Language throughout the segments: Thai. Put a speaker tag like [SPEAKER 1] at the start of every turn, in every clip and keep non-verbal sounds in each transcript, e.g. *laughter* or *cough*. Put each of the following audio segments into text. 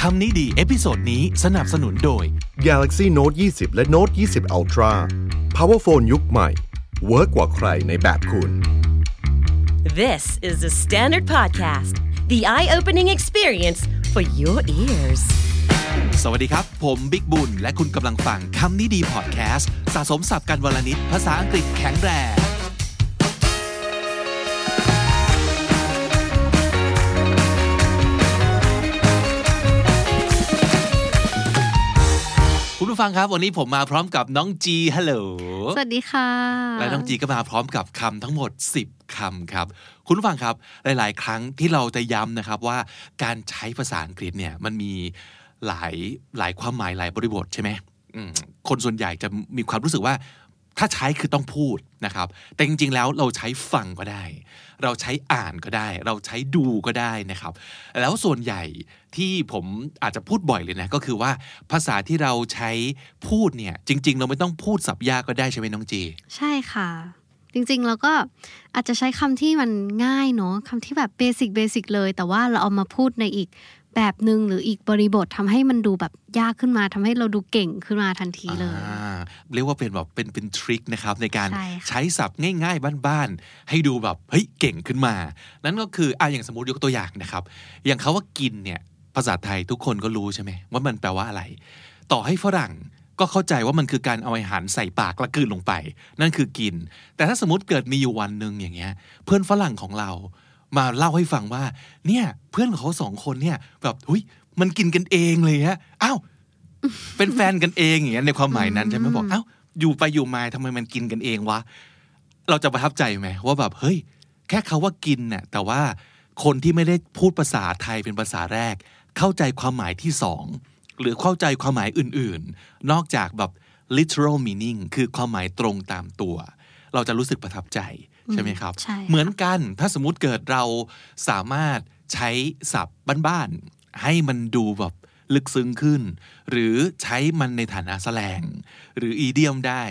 [SPEAKER 1] คำนี้ดีเอพิโซดนี้สนับสนุนโดย
[SPEAKER 2] Galaxy Note 20 และ Note 20 Ultra Power Phone ยุคใหม่เวิร์กกว่าใครในแบบคุณ
[SPEAKER 3] This is the Standard Podcast, the eye opening experience for your ears.
[SPEAKER 1] สวัสดีครับ ผมบิ๊กบุญ และคุณกำลังฟังคำนี้ดีพอดแคสต์สะสมสับกันวลนิดภาษาอังกฤษแข็งแรง คุณผู้ฟังครับ วันนี้ผมมาพร้อมกับน้องจีฮัลโหล
[SPEAKER 4] สวัสดีค่ะ
[SPEAKER 1] และน้องจีก็มาพร้อมกับคำทั้งหมด 10คำครับ คุณผู้ฟังครับ หลาย ๆ ครั้งที่เราจะย้ำนะครับว่าการใช้ภาษาอังกฤษเนี่ยมันมีหลายหลายความหมายหลายบริบทใช่ไหมอืมคนส่วนใหญ่จะมีความรู้สึกว่า ถ้าใช้คือต้องพูดนะครับ แต่จริง ๆ แล้วเราใช้ฟังก็ได้ เราใช้อ่านก็ได้ เราใช้ดูก็ได้นะครับ แล้วส่วนใหญ่ที่ผมอาจจะพูดบ่อยเลยนะ ก็คือว่าภาษาที่เราใช้พูดเนี่ยจริง ๆ เราไม่ต้องพูดสับยากก็ได้ใช่ไหมน้องจี
[SPEAKER 4] ใช่ค่ะ จริงๆเราก็อาจจะใช้คำที่มันง่ายเนาะคำที่แบบเบสิกเบสิกเลย แต่ว่าเราเอามาพูดในอีกแบบหนึ่งหรืออีกบริบททำให้มันดูแบบยากขึ้นมาทำให้เราดูเก่งขึ้นมาทันทีเลย
[SPEAKER 1] อ่าเรียกว่าเป็นแบบเป็นเป็นทริคนะครับในการ
[SPEAKER 4] ใช่ค่ะ
[SPEAKER 1] ใช้ศัพท์ง่าย ๆ บ้านๆ ให้ดูแบบเฮ้ยเก่งขึ้นมา นั่นก็คืออ่ะอย่างสมมติยกตัวอย่างนะครับ อย่างคาว่ากินเนี่ยภาษาไทยทุกคนก็รู้ใช่ไหมว่ามันแปลว่าอะไร ต่อให้ฝรั่งก็เข้าใจว่ามันคือการเอาอาหารใส่ปากและกลืนลงไป นั่นคือกิน แต่ถ้าสมมติเกิดมีอยู่วันหนึ่งอย่างเงี้ย เพื่อนฝรั่งของเรา มาเล่าให้ฟังว่า เนี่ยเพื่อนของเขาสองคนเนี่ยแบบหุยมันกินกันเองเลยฮะอ้าว เป็นแฟนกันเองอย่างเงี้ยในความหมายนั้นใช่ไหมบอกเอ้าอยู่ไปอยู่มาทำไมมันกินกันเองวะ เราจะประทับใจไหมว่าแบบเฮ้ย แค่เขาว่ากินน่ะแต่ว่าคนที่ไม่ได้พูดภาษาไทยเป็นภาษาแรก เข้าใจความหมายที่สองหรือเข้าใจความหมายอื่นๆ นอกจากแบบ literal meaning คือความหมายตรงตามตัว เราจะรู้สึกประทับใจใช่ไหมครับ
[SPEAKER 4] ใช่ค่ะ
[SPEAKER 1] เหมือนกันถ้าสมมุติเกิดเราสามารถใช้ศัพท์บ้านๆให้มันดูแบบลึกซึ้งขึ้น หรือใช้มันในฐานะแสลง หรืออีเดียมได้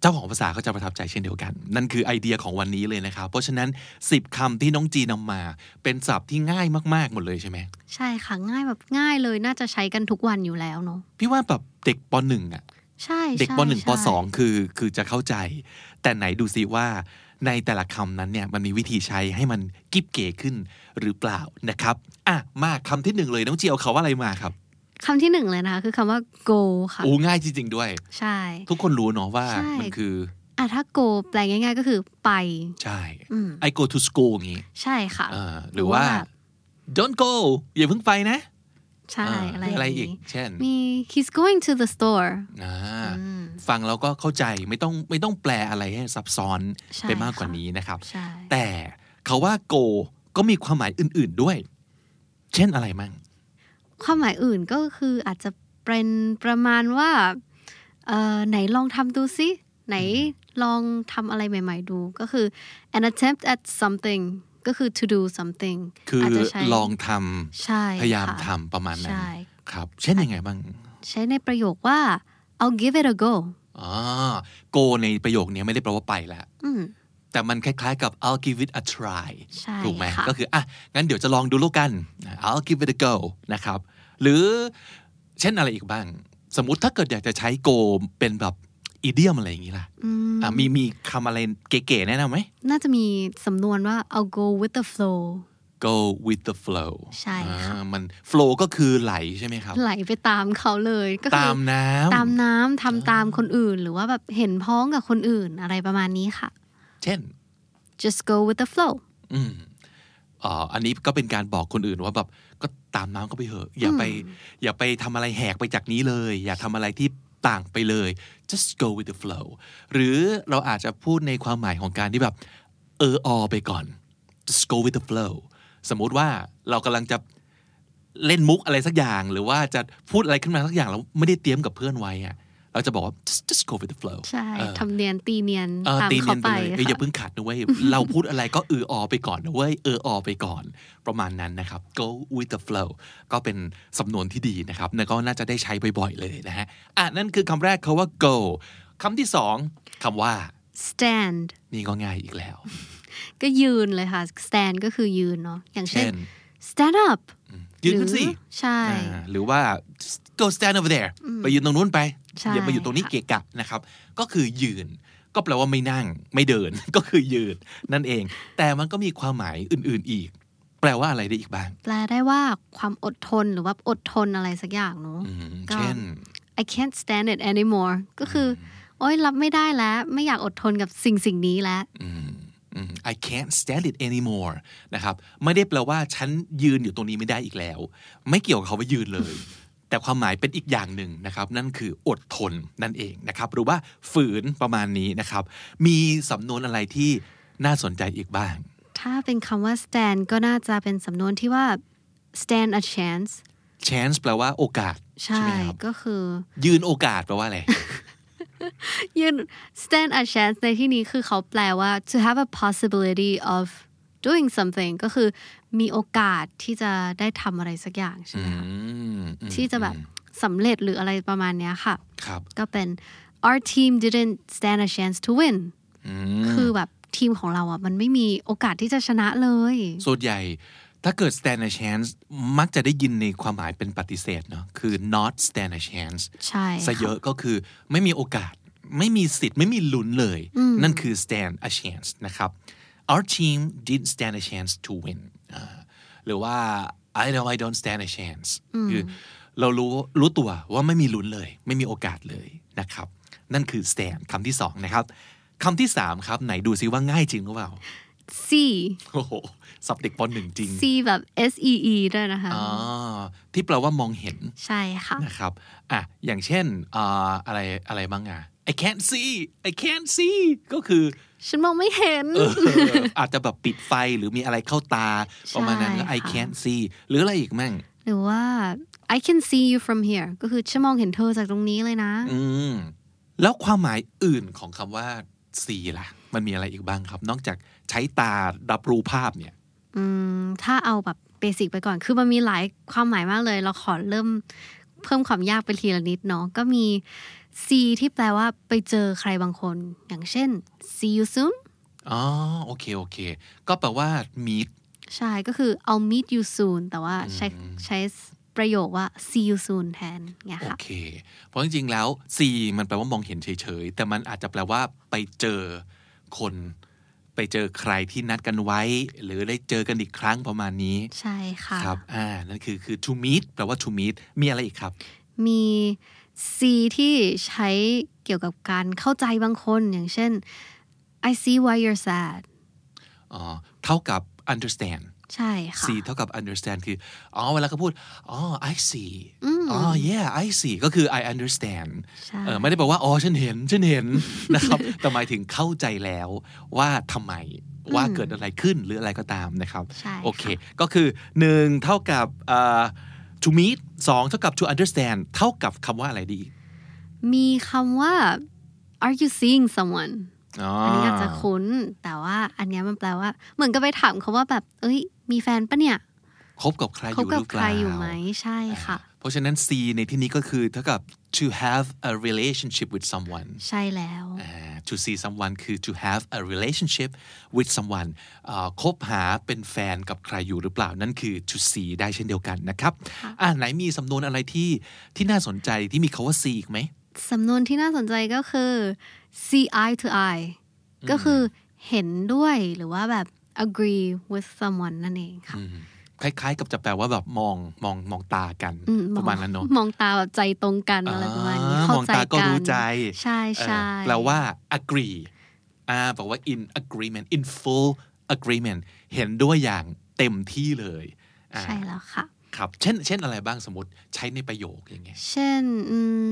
[SPEAKER 1] เจ้าของภาษาก็จะประทับใจเช่นเดียวกัน นั่นคือไอเดียของวันนี้เลยนะครับ เพราะฉะนั้น 10คำที่น้องจีนำมา เป็นศัพท์ที่ง่ายมากๆ หมดเลยใช่ไหม
[SPEAKER 4] ใช่ค่ะง่ายแบบง่ายเลยน่าจะใช้กันทุกวันอยู่แล้วเนาะ
[SPEAKER 1] พี่ว่าแบบเด็กปหนึ่งอ่ะ
[SPEAKER 4] ใช่
[SPEAKER 1] เด็ก
[SPEAKER 4] ใช่
[SPEAKER 1] ปหนึ่ง
[SPEAKER 4] ใช่
[SPEAKER 1] ปสองคือคือจะเข้าใจ แต่ไหนดูซิว่าในแต่ละคำนั้นเนี่ยมันมีวิธีใช้ให้มันกิ๊บเก๋ขึ้นหรือเปล่านะครับ อ่ะ มาคำที่หนึ่งเลยน้องเจียวเขาว่าอะไรมาครับ
[SPEAKER 4] คำที่หนึ่งเลยนะคะคือคำว่า go ค่ะ
[SPEAKER 1] โอ้ง่ายจริง ๆ ด้วย
[SPEAKER 4] ใช่
[SPEAKER 1] ทุกคนรู้เนาะว่า
[SPEAKER 4] ใช่
[SPEAKER 1] มันคือ
[SPEAKER 4] อ่ะถ้า go แปลง่าย ๆ ก็คือไป
[SPEAKER 1] ใช่
[SPEAKER 4] อืม
[SPEAKER 1] I go to school อย่างงี้
[SPEAKER 4] ใช่ค่ะ
[SPEAKER 1] อ่าหรือว่า don't go อย่าเพิ่งไปนะ
[SPEAKER 4] ใช่อะไร
[SPEAKER 1] าอะไร
[SPEAKER 4] ย่าง
[SPEAKER 1] อีก
[SPEAKER 4] นี้
[SPEAKER 1] เช่น
[SPEAKER 4] มี he's going to the store
[SPEAKER 1] อ่า
[SPEAKER 4] อืม
[SPEAKER 1] ฟังแล้วก็เข้าใจไม่ต้องไม่ต้องแปลอะไรให้ซับซ้อน
[SPEAKER 4] ใช่
[SPEAKER 1] ไปมากกว่า
[SPEAKER 4] ค่ะ
[SPEAKER 1] นี้นะครับ
[SPEAKER 4] ใช่
[SPEAKER 1] แต่เขาว่า go ก็มีความหมายอื่น ๆด้วย เช่นอะไรมั่ง
[SPEAKER 4] ความหมายอื่นก็คืออาจจะเป็นประมาณว่าเอ่อไหนลองทำดูสิ ไหนลองทำอะไรใหม่ ๆ ดูก็คือ an attempt at something ก็คือ to do something
[SPEAKER 1] คือ
[SPEAKER 4] อาจ
[SPEAKER 1] อ
[SPEAKER 4] จะใช้
[SPEAKER 1] ลองท
[SPEAKER 4] ใช่
[SPEAKER 1] ำพยายาม
[SPEAKER 4] ค่ะ
[SPEAKER 1] ทำประมาณนั้น
[SPEAKER 4] ใช่
[SPEAKER 1] ครับ เช่นยังไงบ้าง
[SPEAKER 4] ใช้ในประโยคว่า I'll give it a go
[SPEAKER 1] อ๋อ go ในประโยคนี้ไม่ได้แปลว่าไปแล้ว
[SPEAKER 4] อืม
[SPEAKER 1] แต่มันคล้ายๆกับ I'll give it a try
[SPEAKER 4] ใช่
[SPEAKER 1] ถูกไหม
[SPEAKER 4] ค่ะ
[SPEAKER 1] ก็คืออ่ะงั้นเดี๋ยวจะลองดูแล้วกัน I'll give it a go นะครับ หรือเช่นอะไรอีกบ้าง สมมุติถ้าเกิดอยากจะใช้ go เป็นแบบอีเดียมอะไรอย่างนี้ล่ะ
[SPEAKER 4] อืม
[SPEAKER 1] อ่ะมีมีคำอะไรเก๋ๆแนะนำไหม
[SPEAKER 4] น่าจะมีสำนวนว่า I'll go with the flow
[SPEAKER 1] go with the flow
[SPEAKER 4] ใช่ค่ะ
[SPEAKER 1] อ่ามัน flow ก็คือไหลใช่ไหมครับ
[SPEAKER 4] ไหลไปตามเขาเลยก็คื
[SPEAKER 1] ตา
[SPEAKER 4] อ
[SPEAKER 1] มน้ำ
[SPEAKER 4] ตามน้ำทำตามคนอื่น หรือว่าแบบเห็นพ้องกับคนอื่นอะไรประมาณนี้ค่ะ
[SPEAKER 1] เช่น
[SPEAKER 4] just go with the flow
[SPEAKER 1] อืมเอ่ออันนี้ก็เป็นการบอกคนอื่นว่าแบบก็ตามน้ำก็ไปเหอะ อย่าไป อย่าไปทำอะไรแหกไปจากนี้เลย อย่าทำอะไรที่ต่างไปเลย just go with the flow หรือเราอาจจะพูดในความหมายของการที่แบบ เอออไปก่อน just go with the flow สมมุติว่าเรากำลังจะเล่นมุกอะไรสักอย่าง หรือว่าจะพูดอะไรขึ้นมาสักอย่างแล้วไม่ได้เตรียมกับเพื่อนไว้อะเราจะบอกว่า just just go with the flow
[SPEAKER 4] ใช่
[SPEAKER 1] เออ
[SPEAKER 4] ทำเนียนตีเนียน
[SPEAKER 1] ออ
[SPEAKER 4] ตาม
[SPEAKER 1] ตี
[SPEAKER 4] เขา
[SPEAKER 1] เนียน
[SPEAKER 4] ไป
[SPEAKER 1] ไปเลยเอ้ยอย่า
[SPEAKER 4] ค่ะ
[SPEAKER 1] เพิ่งขัดนะ
[SPEAKER 4] *laughs*
[SPEAKER 1] เว้ย เราพูดอะไรก็เออออไปก่อนนะเว้ย เออออไปก่อน ประมาณนั้นนะครับ go with the flow ก็เป็นสำนวนที่ดีนะครับแล้วก็น่าจะได้ใช้บ่อยๆเลยนะฮะ อ่ะ นั่นคือคำแรกเขาว่า go คำที่สองคำว่า
[SPEAKER 4] stand
[SPEAKER 1] นี่ก็ง่ายอีกแล้ว
[SPEAKER 4] ก็ยืนเลยค่ะ stand ก็คือยืนเนาะอย่างเช่น
[SPEAKER 1] เช่น
[SPEAKER 4] stand up
[SPEAKER 1] ยืนขึ้นสิ
[SPEAKER 4] หรือใช่
[SPEAKER 1] อ่าหรือว่า go stand over there ไปยืนตรงนู้นไป
[SPEAKER 4] ใช่
[SPEAKER 1] อย่ามาอยู่ตรงนี้เกะกะนะครับ ก็คือยืน ก็แปลว่าไม่นั่งไม่เดิน *laughs* ก็คือยืนนั่นเอง แต่มันก็มีความหมายอื่นๆอีก แปลว่าอะไรได้อีกบ้าง
[SPEAKER 4] แปลได้ว่าความอดทนหรือว่าอดทนอะไรสักอย่างเนอะ
[SPEAKER 1] อืม
[SPEAKER 4] ก็
[SPEAKER 1] เช่น
[SPEAKER 4] I can't stand it anymore ก็คือ โอ๊ยรับไม่ได้แล้ว ไม่อยากอดทนกับสิ่งสิ่งนี้แล้ว
[SPEAKER 1] อืมอืม I can't stand it anymore นะครับ ไม่ได้แปลว่าฉันยืนอยู่ตรงนี้ไม่ได้อีกแล้ว ไม่เกี่ยวกับคำว่ายืนเลย *laughs* แต่ความหมายเป็นอีกอย่างหนึ่งนะครับ นั่นคืออดทนนั่นเองนะครับ หรือว่าฝืนประมาณนี้นะครับ มีสำนวนอะไรที่น่าสนใจอีกบ้าง
[SPEAKER 4] ถ้าเป็นคำว่า stand ก็น่าจะเป็นสำนวนที่ว่า stand a chance
[SPEAKER 1] chance แปลว่าโอกาส
[SPEAKER 4] ใช่
[SPEAKER 1] ใช่ไหมครับ
[SPEAKER 4] ก็คือ
[SPEAKER 1] ยืนโอกาสแปลว่าอะไร
[SPEAKER 4] ยืน stand a chance ในที่นี้คือเขาแปลว่า to have a possibility of doing something ก็คือมีโอกาสที่จะได้ทำอะไรสักอย่างใช่ไหมคะ
[SPEAKER 1] อืมอืม
[SPEAKER 4] ที่จะแบบสำเร็จหรืออะไรประมาณเนี้ยค่ะ
[SPEAKER 1] ครับ
[SPEAKER 4] ก็เป็น our team didn't stand a chance to win คือแบบทีมของเราอ่ะมันไม่มีโอกาสที่จะชนะเลย
[SPEAKER 1] ส่วนใหญ่ถ้าเกิด stand a chance มักจะได้ยินในความหมายเป็นปฏิเสธเนาะคือ not stand a chance
[SPEAKER 4] ใช่
[SPEAKER 1] ซะเย
[SPEAKER 4] ค่ะ
[SPEAKER 1] อะก็คือไม่มีโอกาส ไม่มีสิทธิ์ ไม่มีลุ้นเลย นั่นคือ stand a chance นะครับ our team did stand a chance to win อ่าหรือว่า I know I don't stand a chance คือเรารู้รู้ตัวว่าไม่มีลุ้นเลย ไม่มีโอกาสเลยนะครับ นั่นคือ stand คำที่สองนะครับคำที่สามครับ ไหนดูซิว่าง่ายจริงหรือเปล่า
[SPEAKER 4] C
[SPEAKER 1] โอ้โหสับเด็กปหนึ่งจริง
[SPEAKER 4] C แบบ S E E ด้วยนะคะ
[SPEAKER 1] อ๋อที่แปลว่ามองเห็น
[SPEAKER 4] ใช่ค่ะ
[SPEAKER 1] นะครับ อ่ะ อย่างเช่นอ่าอะไร อะไรบ้างอ่ะ I can't see I can't see ก็คือ
[SPEAKER 4] ฉันมองไม่เห็น *laughs*
[SPEAKER 1] เอออาจจะแบบปิดไฟหรือมีอะไรเข้าตา ประมาณนั้นก็ I
[SPEAKER 4] ค่ะ
[SPEAKER 1] can't see หรืออะไรอีกมั่ง
[SPEAKER 4] หรือว่า I can see you from here ก็คือฉันมองเห็นเธอจากตรงนี้เลยนะ
[SPEAKER 1] อืม แล้วความหมายอื่นของคำว่า see ล่ะ มันมีอะไรอีกบ้างครับ นอกจากใช้ตารับรู้ภาพเนี่ย
[SPEAKER 4] อืม ถ้าเอาแบบเบสิกไปก่อน คือมันมีหลายความหมายมากเลย เราขอเริ่มเพิ่มความยากไปทีละนิดเนาะ ก็มี see ที่แปลว่าไปเจอใครบางคน อย่างเช่น see you soon
[SPEAKER 1] อ๋อ โอเค โอเค ก็แปลว่า meet
[SPEAKER 4] ใช่ ก็คือ I'll meet you soon แต่ว่าใช้ใช้ประโยคว่า see you soon แทนเงี้ย
[SPEAKER 1] โอ
[SPEAKER 4] ค่ะ
[SPEAKER 1] เค เพราะจริงๆ แล้ว see มันแปลว่ามองเห็นเฉยๆ แต่มันอาจจะแปลว่าไปเจอคน ไปเจอใครที่นัดกันไว้ หรือได้เจอกันอีกครั้งประมาณนี้
[SPEAKER 4] ใช่ค่ะ
[SPEAKER 1] ครับ อ่า นั่นคือคือ to meet แปลว่า to meet มีอะไรอีกครับ
[SPEAKER 4] มี C ที่ใช้เกี่ยวกับการเข้าใจบางคน อย่างเช่น I see why you're sad
[SPEAKER 1] อ๋อ เท่ากับ understand
[SPEAKER 4] ใช่ค่ะ
[SPEAKER 1] see เท่ากับ understand คือ อ๋อ เวลาเขาพูด อ๋อ I see อ๋อ yeah I see ก็คือ I understand
[SPEAKER 4] ใช่
[SPEAKER 1] เออไม่ได้แปลว่า อ๋อ ฉันเห็น ฉันเห็น *laughs* นะครับ แต่หมายถึงเข้าใจแล้วว่าทำไม ว่าเกิดอะไรขึ้นหรืออะไรก็ตามนะครับ
[SPEAKER 4] ใช่ค่ะ
[SPEAKER 1] โอเค ก็คือ 1 เท่ากับเอ่อ to meet 2 เท่ากับ to understand เท่ากับคำว่าอะไรดี
[SPEAKER 4] มีคำว่า Are you seeing someone
[SPEAKER 1] อ๋อ
[SPEAKER 4] อันนี้อาจจะคุ้น แต่ว่าอันเนี้ยมันแปลว่า เหมือนก็ไปถามเขาว่าแบบ เอ้ย มีแฟนปะเนี่ย
[SPEAKER 1] คบกับใครอ
[SPEAKER 4] เขา
[SPEAKER 1] ยู่ห
[SPEAKER 4] กับ
[SPEAKER 1] รือ
[SPEAKER 4] ใค
[SPEAKER 1] เป
[SPEAKER 4] ร
[SPEAKER 1] ล่า
[SPEAKER 4] อยู่ไหมใช่ค่ะ
[SPEAKER 1] เพราะฉะนั้น C ในที่นี้ก็คือเท่ากับ to have a relationship with someone
[SPEAKER 4] ใช่แล้ว
[SPEAKER 1] อ่า to see someone คือ to have a relationship with someone อ่าคบหาเป็นแฟนกับใครอยู่หรือเปล่า นั่นคือ to see ได้เช่นเดียวกันนะครับ อ่าไหนมีสำนวนอะไรที่ที่น่าสนใจที่มีคาว่า see อีกไหม
[SPEAKER 4] สำนวนที่น่าสนใจก็คือ see eye to eye ก็คือเห็นด้วยหรือว่าแบบ agree with someone นั่นเองค่ะ
[SPEAKER 1] คล้ายๆ กับจะแปลว่าแบบมองมองมองตากัน
[SPEAKER 4] อืม
[SPEAKER 1] ประมาณนั้นเนาะ
[SPEAKER 4] มองตาแบบใจตรงกันอะไรประมาณนี้
[SPEAKER 1] อ่
[SPEAKER 4] เข้าม
[SPEAKER 1] อง
[SPEAKER 4] ใจ
[SPEAKER 1] ตาก็
[SPEAKER 4] กั
[SPEAKER 1] รู้
[SPEAKER 4] น
[SPEAKER 1] ใจ
[SPEAKER 4] ใช่ใช่
[SPEAKER 1] เออแปลว่า agree อ่าแปลว่า in agreement in full agreement เห็นด้วยอย่างเต็มที่เลยอ่า
[SPEAKER 4] ใช่แล้วค่ะ
[SPEAKER 1] ครับเช่นเช่นอะไรบ้างสมมติใช้ในประโยคอย่างเงี้ย
[SPEAKER 4] เช่นอืม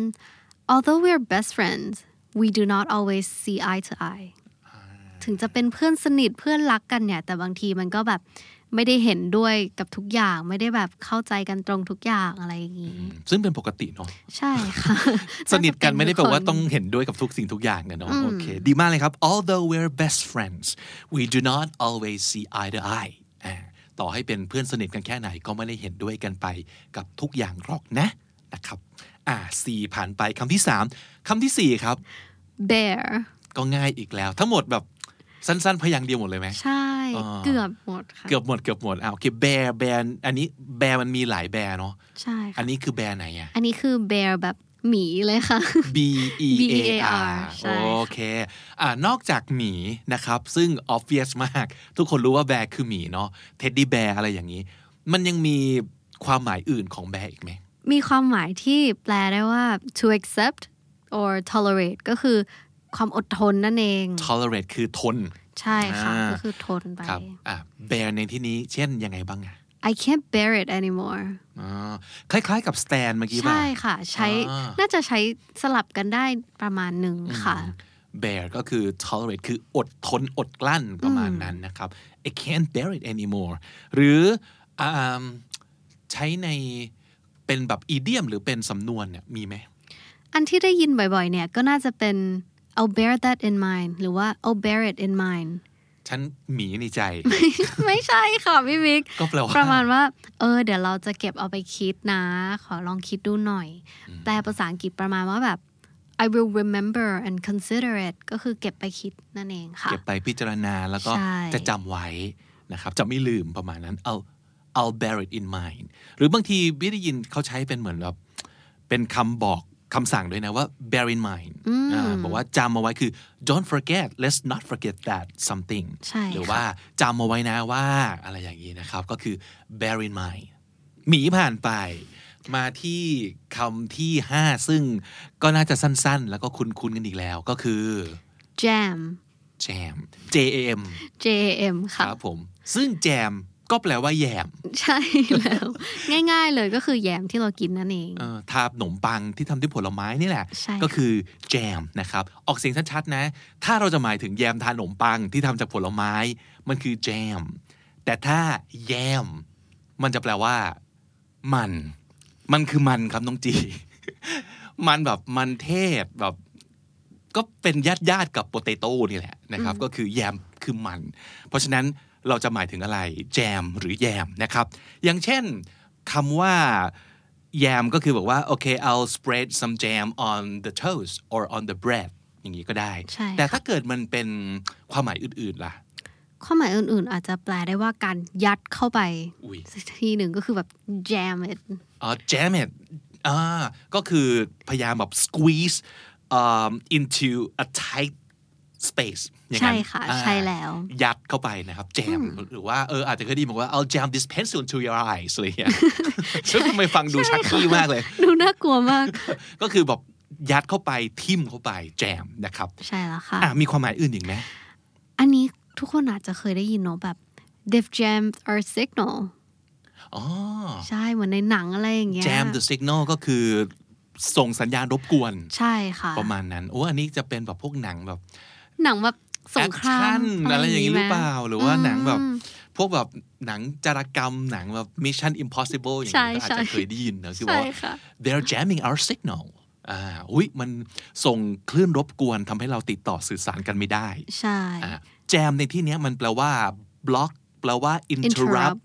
[SPEAKER 4] although we are best friends we do not always see eye to eye ถึงจะเป็นเพื่อนสนิทเพื่อนรักกันเนี่ย แต่บางทีมันก็แบบไม่ได้เห็นด้วยกับทุกอย่างไม่ได้แบบเข้าใจกันตรงทุกอย่างอะไรอย่างนี้
[SPEAKER 1] ซึ่งเป็นปกติเนาะ
[SPEAKER 4] ใช่ค่ะ
[SPEAKER 1] *laughs* สนิทกันไม่ได้แปลว่า
[SPEAKER 4] น่จะเนทุกคน
[SPEAKER 1] ต้องเห็นด้วยกับทุกสิ่งทุกอย่างกันเนาะโอเค ดีมากเลยครับ although we're best friends we do not always see eye to eye อ่าต่อให้เป็นเพื่อนสนิทกันแค่ไหนก็ไม่ได้เห็นด้วยกันไปกับทุกอย่างหรอกนะนะครับอ่าสี่ผ่านไปคำที่สามคำที่สี่ครับ
[SPEAKER 4] bear
[SPEAKER 1] ก็ง่ายอีกแล้ว ทั้งหมดแบบ สั้นๆพยางค์เดียวหมดเลยไหม
[SPEAKER 4] ใช่
[SPEAKER 1] อ่า
[SPEAKER 4] เกือบหมดค่ะ
[SPEAKER 1] เกือบหมดเกือบหมดอ่าโอเคแบร์แบร์อันนี้แบร์มันมีหลายแบร์เนาะ
[SPEAKER 4] ใช่
[SPEAKER 1] อั
[SPEAKER 4] ค่ะ
[SPEAKER 1] นนี้คือแบร์ไหนอะ
[SPEAKER 4] อันนี้คือ bear แบบหมีเลยค่ะ
[SPEAKER 1] B E
[SPEAKER 4] B
[SPEAKER 1] A
[SPEAKER 4] E A
[SPEAKER 1] R
[SPEAKER 4] R ใช่ค่ะ
[SPEAKER 1] โอเคอ่านอกจากหมีนะครับ ซึ่ง obvious มาก ทุกคนรู้ว่าแบร์คือหมีเนาะเท็ดดี้แบร์อะไรอย่างนี้ มันยังมีความหมายอื่นของแบร์อีกไหม
[SPEAKER 4] มีความหมายที่แปลได้ว่า to accept or tolerate ก็คือความอดทนนั่นเอง
[SPEAKER 1] tolerate คือทน
[SPEAKER 4] ใช่ค่ะ
[SPEAKER 1] อ่า
[SPEAKER 4] ก็คือทนไป
[SPEAKER 1] ครับอ่ะแบร์ในที่นี้เช่นยังไงบ้างอะะ
[SPEAKER 4] I can't bear it anymore
[SPEAKER 1] อ๋อคล้ายๆกับ stand เมื่อกี้ป่ะ
[SPEAKER 4] ใช่ค่ะ ใช้
[SPEAKER 1] อ่า
[SPEAKER 4] น่าจะใช้สลับกันได้ประมาณหนึ่งค่ะ
[SPEAKER 1] bear ก็คือ tolerate คืออดทนอดกลั้นประมาณนั้นนะครับ I can't bear it anymore หรืออ่ามใช้ในเป็นแบบอีเดียมหรือเป็นสำนวนเนี่ยมีไหม
[SPEAKER 4] อันที่ได้ยินบ่อยๆ เนี่ยก็น่าจะเป็น I'll bear that in mind หรือว่า I'll bear it in mind
[SPEAKER 1] ฉันหมีในใจ
[SPEAKER 4] *laughs* ไม่ใช่ค่ะพี่บิ๊ก
[SPEAKER 1] ก็แปลว่า
[SPEAKER 4] ประมาณว่า เออ เดี๋ยวเราจะเก็บเอาไปคิดนะ ขอลองคิดดูหน่อย แปลภาษาอังกฤษประมาณว่าแบบ I will remember and consider it ก็คือเก็บไปคิดนั่นเองค่ะ
[SPEAKER 1] เก็บไปพิจารณาแล้วก็
[SPEAKER 4] ใช่
[SPEAKER 1] จะจำไว้นะครับ จะไม่ลืมประมาณนั้น I'll I'll bear it in mind หรือบางทีพี่ได้ยินเขาใช้เป็นเหมือนแบบเป็นคำบอกคำสั่งด้วยนะว่า bear in mind อ่าบอกว่าจำเอาไว้คือ don't forget let's not forget that something
[SPEAKER 4] ใช่
[SPEAKER 1] หรือ
[SPEAKER 4] ค่ะ
[SPEAKER 1] ว่าจำเอาไว้นะว่าอะไรอย่างนี้นะครับ ก็คือ bear in mind หมีผ่านไป มาที่คำที่ 5 ซึ่งก็น่าจะสั้นๆ แล้วก็คุ้นๆกันอีกแล้ว ก็คือ
[SPEAKER 4] jam
[SPEAKER 1] jam J A M
[SPEAKER 4] J A M
[SPEAKER 1] ค
[SPEAKER 4] ค่ะ
[SPEAKER 1] รับผม ซึ่งแจมก็แปลว่าแยม
[SPEAKER 4] ใช่แล้ว *laughs* ง่ายๆเลยก็คือแยมที่เรากินนั่นเอง
[SPEAKER 1] เอ่อทาขนมปังที่ทำด้วยผลไม้นี่แหละ
[SPEAKER 4] ใช่ค่ะ
[SPEAKER 1] ก็คือแจมนะครับ ออกเสียงชัดๆนะ ถ้าเราจะหมายถึงแยมทาขนมปังที่ทำจากผลไม้ มันคือแจม แต่ถ้าแยม มันจะแปลว่า มัน มันคือมันครับน้องจี *laughs* มันแบบมันเทศแบบ ก็เป็นญาติญาติๆกับโปเตโต้นี่แหละนะครับ ก็คือแยมคือมัน เพราะฉะนั้นเราจะหมายถึงอะไร แจมหรือแยมนะครับ อย่างเช่นคำว่า แยมก็คือบอกว่า โอเค I'll spread some jam on the toast or on the bread อย่างนี้ก็ได้
[SPEAKER 4] ใช่
[SPEAKER 1] แต่ถ้าเกิดมันเป็นความหมายอื่นๆล่ะ
[SPEAKER 4] ความหมายอื่นๆ อาจจะแปลได้ว่าการยัดเข้าไป
[SPEAKER 1] อุ๊ย
[SPEAKER 4] ทีหนึ่งก็คือแบบ jam it
[SPEAKER 1] อ๋อ jam it อ่าก็คือพยายามแบบ squeeze um, into a tight space อย่างนั้น
[SPEAKER 4] ใช่ค่ะ
[SPEAKER 1] อ่า
[SPEAKER 4] ใช่แล้ว
[SPEAKER 1] ยัดเข้าไปนะครับ แจม หรือว่าเอออาจจะเคยได้ยินบอกว่า I'll jam this pencil into your eyes อะไรอย่างเงี้ย
[SPEAKER 4] *laughs*
[SPEAKER 1] ซึ่งทำไมฟังดูชักขี้มากเลย
[SPEAKER 4] ดูน่ากลัวมาก
[SPEAKER 1] ก็คือแบบยัดเข้าไปทิ่มเข้าไปแจมนะครับ
[SPEAKER 4] ใช่แล้วค่ะ
[SPEAKER 1] อ่ะมีความหมายอื่นอีกไหม
[SPEAKER 4] อันนี้ทุกคนอาจจะเคยได้ยินเนาะแบบ they've jammed our signal
[SPEAKER 1] อ๋อ
[SPEAKER 4] ใช่เหมือนในหนังอะไรอย่างเงี้ย
[SPEAKER 1] jam the signal ก็คือส่งสัญญาณรบกวน
[SPEAKER 4] ใช่ค่ะ
[SPEAKER 1] ประมาณนั้น โอ้อันนี้จะเป็นแบบพวกหนังแบบ
[SPEAKER 4] หนังแบบสงคราม
[SPEAKER 1] Action อะไรอย่างนี้หรือเปล่า หรือว่าหนังแบบ พวกแบบหนังจารกรรมหนังแบบ Mission Impossible อย่าง
[SPEAKER 4] ใช่
[SPEAKER 1] นี้ก็อาจ
[SPEAKER 4] ใช่
[SPEAKER 1] จะเคยได้ยินนะคือ
[SPEAKER 4] ใช่
[SPEAKER 1] ว่า
[SPEAKER 4] ค่ะ
[SPEAKER 1] they're jamming our signal อ่าอุ้ยมันส่งคลื่นรบกวนทำให้เราติดต่อสื่อสารกันไม่ได้
[SPEAKER 4] ใช่
[SPEAKER 1] อ่าแจมในที่เนี้ยมันแปลว่า block แปลว่า interrupt
[SPEAKER 4] interrupt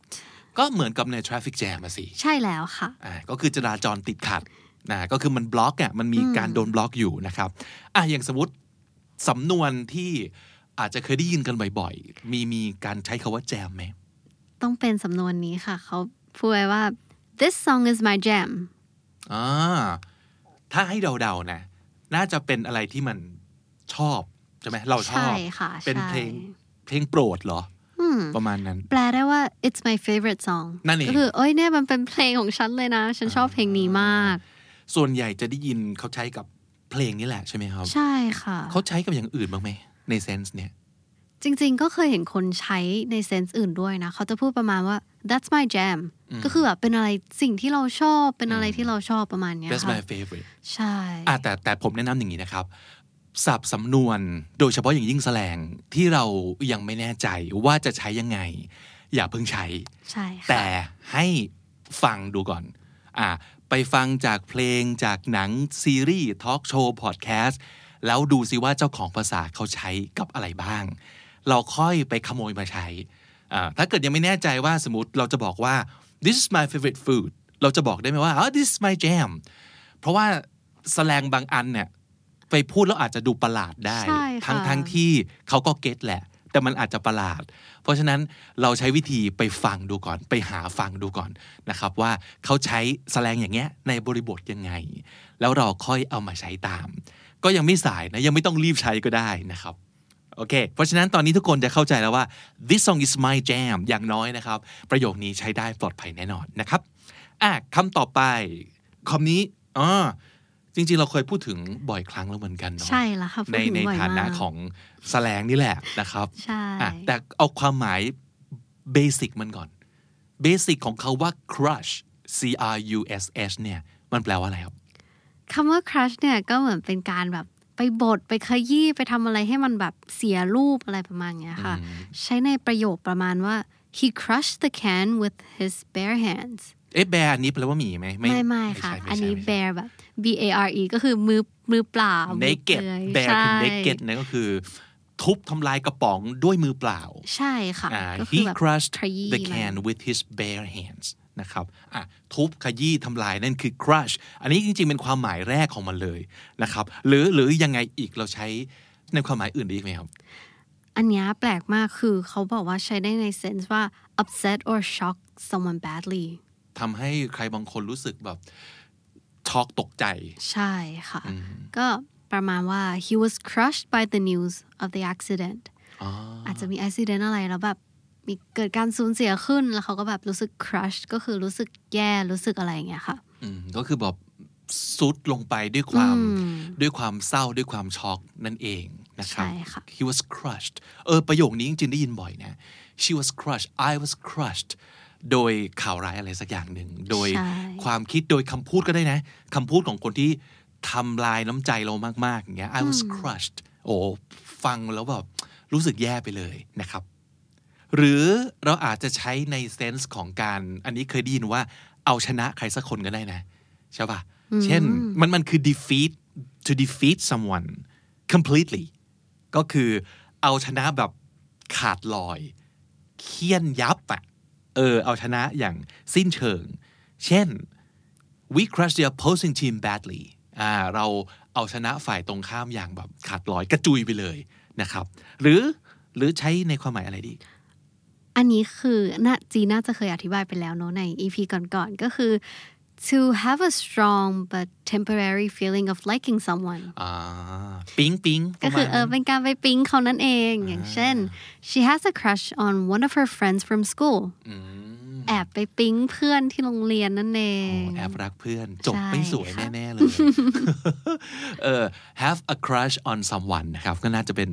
[SPEAKER 1] ก็เหมือนกับใน traffic jam อะสิ
[SPEAKER 4] ใช่แล้วค่ะ
[SPEAKER 1] อ่าก็คือจราจรติดขัดนะก็คือมันบล็อกอ่ะมันมีการโดนบล็อกอยู่นะครับอ่ะอย่างสมมติสำนวนที่อาจจะเคยได้ยินกันบ่อยๆ มีมีการใช้คาว่าแจมไหม
[SPEAKER 4] ต้องเป็นสำนวนนี้ค่ะ เขาพูดไว้ว่า this song is my jam
[SPEAKER 1] อ่าถ้าให้เดาๆนะ น่าจะเป็นอะไรที่มันชอบใช่ไหมเราชอบ
[SPEAKER 4] ใช่ค่ะ
[SPEAKER 1] เป็น
[SPEAKER 4] ใช่
[SPEAKER 1] เพลงเพลงโปรดเหรอ
[SPEAKER 4] อืม
[SPEAKER 1] ประมาณนั้น
[SPEAKER 4] แปลได้ว่า it's my favorite song
[SPEAKER 1] นั่นเอง
[SPEAKER 4] ก็คือเอ้ยเนี่ยมันเป็นเพลงของฉันเลยนะ ฉันชอบเพลงนี้มาก
[SPEAKER 1] ส่วนใหญ่จะได้ยินเขาใช้กับเพลงนี่แหละใช่ไหมครับ
[SPEAKER 4] ใช่ค่ะ
[SPEAKER 1] เขาใช้กับอย่างอื่นบ้างไหมในเซนส์เนี่ย
[SPEAKER 4] จริงๆ ก็เคยเห็นคนใช้ในเซนส์อื่นด้วยนะ เขาจะพูดประมาณว่า that's my jam ก็คือแบบเป็นอะไรสิ่งที่เราชอบ เป็นอะไรที่เราชอบประมาณเนี้ย
[SPEAKER 1] That's
[SPEAKER 4] ค่ะ
[SPEAKER 1] my favorite
[SPEAKER 4] ใช่
[SPEAKER 1] อ่ะแต่แต่ผมแนะนำอย่างนี้นะครับศัพท์สำนวนโดยเฉพาะอย่างยิ่งแสลงที่เรายังไม่แน่ใจว่าจะใช้ยังไง อย่าเพิ่งใช้
[SPEAKER 4] ใช่ค่ะ
[SPEAKER 1] แต่ให้ฟังดูก่อนอ่ะไปฟังจากเพลงจากหนัง ซีรีส์ทอล์กโชว์พอดแคสต์แล้วดูซิว่าเจ้าของภาษาเขาใช้กับอะไรบ้าง เราค่อยไปขโมยมาใช้อ่ะถ้าเกิดยังไม่แน่ใจว่าสมมติเราจะบอกว่า this is my favorite food เราจะบอกได้ไหมว่าอ๋อ this is my jam เพราะว่าแสแลงบางอันเนี่ยไปพูดแล้วอาจจะดูประหลาดได้ ทั้งทั้งๆที่เขาก็เก็ตแหละ แต่มันอาจจะประหลาด เพราะฉะนั้นเราใช้วิธีไปฟังดูก่อน ไปหาฟังดูก่อนนะครับว่าเขาใช้แสแลงอย่างเงี้ยในบริบทยังไง แล้วเราค่อยเอามาใช้ตาม ก็ยังไม่สายนะยังไม่ต้องรีบใช้ก็ได้นะครับ โอเค เพราะฉะนั้นตอนนี้ทุกคนจะเข้าใจแล้วว่า this song is my jam อย่างน้อยนะครับ ประโยคนี้ใช้ได้ปลอดภัยแน่นอนนะครับอ่ะคำต่อไปคำนี้อ๋อจริงๆ เราเคยพูดถึงบ่อยครั้งแล้วเหมือนกันเนาะ
[SPEAKER 4] ใช่ละค่ะพู
[SPEAKER 1] ใน
[SPEAKER 4] ดถึง
[SPEAKER 1] ใน
[SPEAKER 4] บ่อย
[SPEAKER 1] ฐาม นะ
[SPEAKER 4] ก
[SPEAKER 1] ของแสแลงนี่แหละนะครับ
[SPEAKER 4] ใช่
[SPEAKER 1] อ่ะแต่เอาความหมายเบสิกมันก่อนเบสิกของเขาว่า crush C R U S H เนี่ย มันแปลว่าอะไรครับ
[SPEAKER 4] คำว่า crush เนี่ยก็เหมือนเป็นการแบบไปบดไปขยี้ไปทำอะไรให้มันแบบเสียรูปอะไรประมาณเนี้ยค่ะ ใช้ในประโยคประมาณว่า he crushed the can with his bare hands
[SPEAKER 1] เอ๊ะแบร์อันนี้แปลว่าหมีไหม
[SPEAKER 4] ไม่ไม่ค่ะ
[SPEAKER 1] ใช่
[SPEAKER 4] อัน
[SPEAKER 1] ใช่
[SPEAKER 4] นี้
[SPEAKER 1] ไม่ใช่
[SPEAKER 4] bear แบบ b a r e ก็คือมือมือเปล่ามือเปลื
[SPEAKER 1] naked
[SPEAKER 4] อย
[SPEAKER 1] bear
[SPEAKER 4] ใช่
[SPEAKER 1] คือ naked นะก็คือ ทุบทำลายกระป๋องด้วยมือเปล่า
[SPEAKER 4] ใช่ค่ะ
[SPEAKER 1] อ่า
[SPEAKER 4] ก็คื
[SPEAKER 1] he
[SPEAKER 4] อแบบ
[SPEAKER 1] crushed
[SPEAKER 4] ขยี้
[SPEAKER 1] the
[SPEAKER 4] มัน
[SPEAKER 1] can with his bare hands นะครับอ่ะทุบขยี้ทำลายนั่นคือ crush อันนี้จริงๆ เป็นความหมายแรกของมันเลยนะครับ หรือหรือยังไงอีกเราใช้ในความหมายอื่นได้อีกไหมครับ
[SPEAKER 4] อันเนี้ยแปลกมากคือเขาบอกว่าใช้ได้ใน sense ว่า upset or shock someone badly
[SPEAKER 1] ทำให้ใครบางคนรู้สึกแบบ ช็อกตกใจ
[SPEAKER 4] ใช่ค่ะ ก็ประมาณว่า he was crushed by the news of the accident อาจจะมี accident อะไรแล้วแบบมีเกิดการสูญเสียขึ้น แล้วเขาก็แบบรู้สึก crush ก็คือรู้สึกแย่รู้สึกอะไรอย่างเงี้ยค่ะ
[SPEAKER 1] อืมก็คือแบบซุดลงไปด้วยความด้วยความเศร้าด้วยความช็อกนั่นเองนะครับ
[SPEAKER 4] ใช่ค่ะ
[SPEAKER 1] he was crushed เออ ประโยคนี้จริงๆได้ยินบ่อยนะ she was crushed I was crushed โดยข่าวร้ายอะไรสักอย่างหนึ่ง โดย
[SPEAKER 4] ใช่
[SPEAKER 1] ความคิดโดยคำพูดก็ได้นะคำพูดของคนที่ทำลายน้ำใจเรามากๆอย่างเงี้ย I was crushed โอ้ฟังแล้วแบบรู้สึกแย่ไปเลยนะครับ หรือเราอาจจะใช้ในเซนส์ของการ อันนี้เคยได้ยินว่าเอาชนะใครสักคนก็ได้นะ ใช่ป่ะ เช่นมันมันคือ defeat to defeat someone completely ก็คือเอาชนะแบบขาดลอย เคี่ยนยับอะเออ เอาชนะอย่างสิ้นเชิง เช่น we crush the opposing team badly อ่าเราเอาชนะฝ่ายตรงข้ามอย่างแบบขาดลอยกระจุยไปเลยนะครับ หรือหรือใช้ในความหมายอะไรดี
[SPEAKER 4] อันนี้คือน่าจีน่าจะเคยอธิบายไปแล้วเนอะใน EP ก่อนๆ ก็คือ to have a strong but temporary feeling of liking someone
[SPEAKER 1] อ่าปิ๊งปิ๊ง
[SPEAKER 4] ก็คือ
[SPEAKER 1] ประมาณ
[SPEAKER 4] เออเป็นการไปปิ๊งเขานั่นเอง อย่างเช่น she has a crush on one of her friends from school แอบไปปิ๊งเพื่อนที่โรงเรียนนั่นเอง
[SPEAKER 1] แอบรักเพื่อน จบไม่สวย
[SPEAKER 4] ค่ะ
[SPEAKER 1] แน่ ๆ เลย *laughs* เออ have a crush on someone นะครับ ก็น่าจะเป็น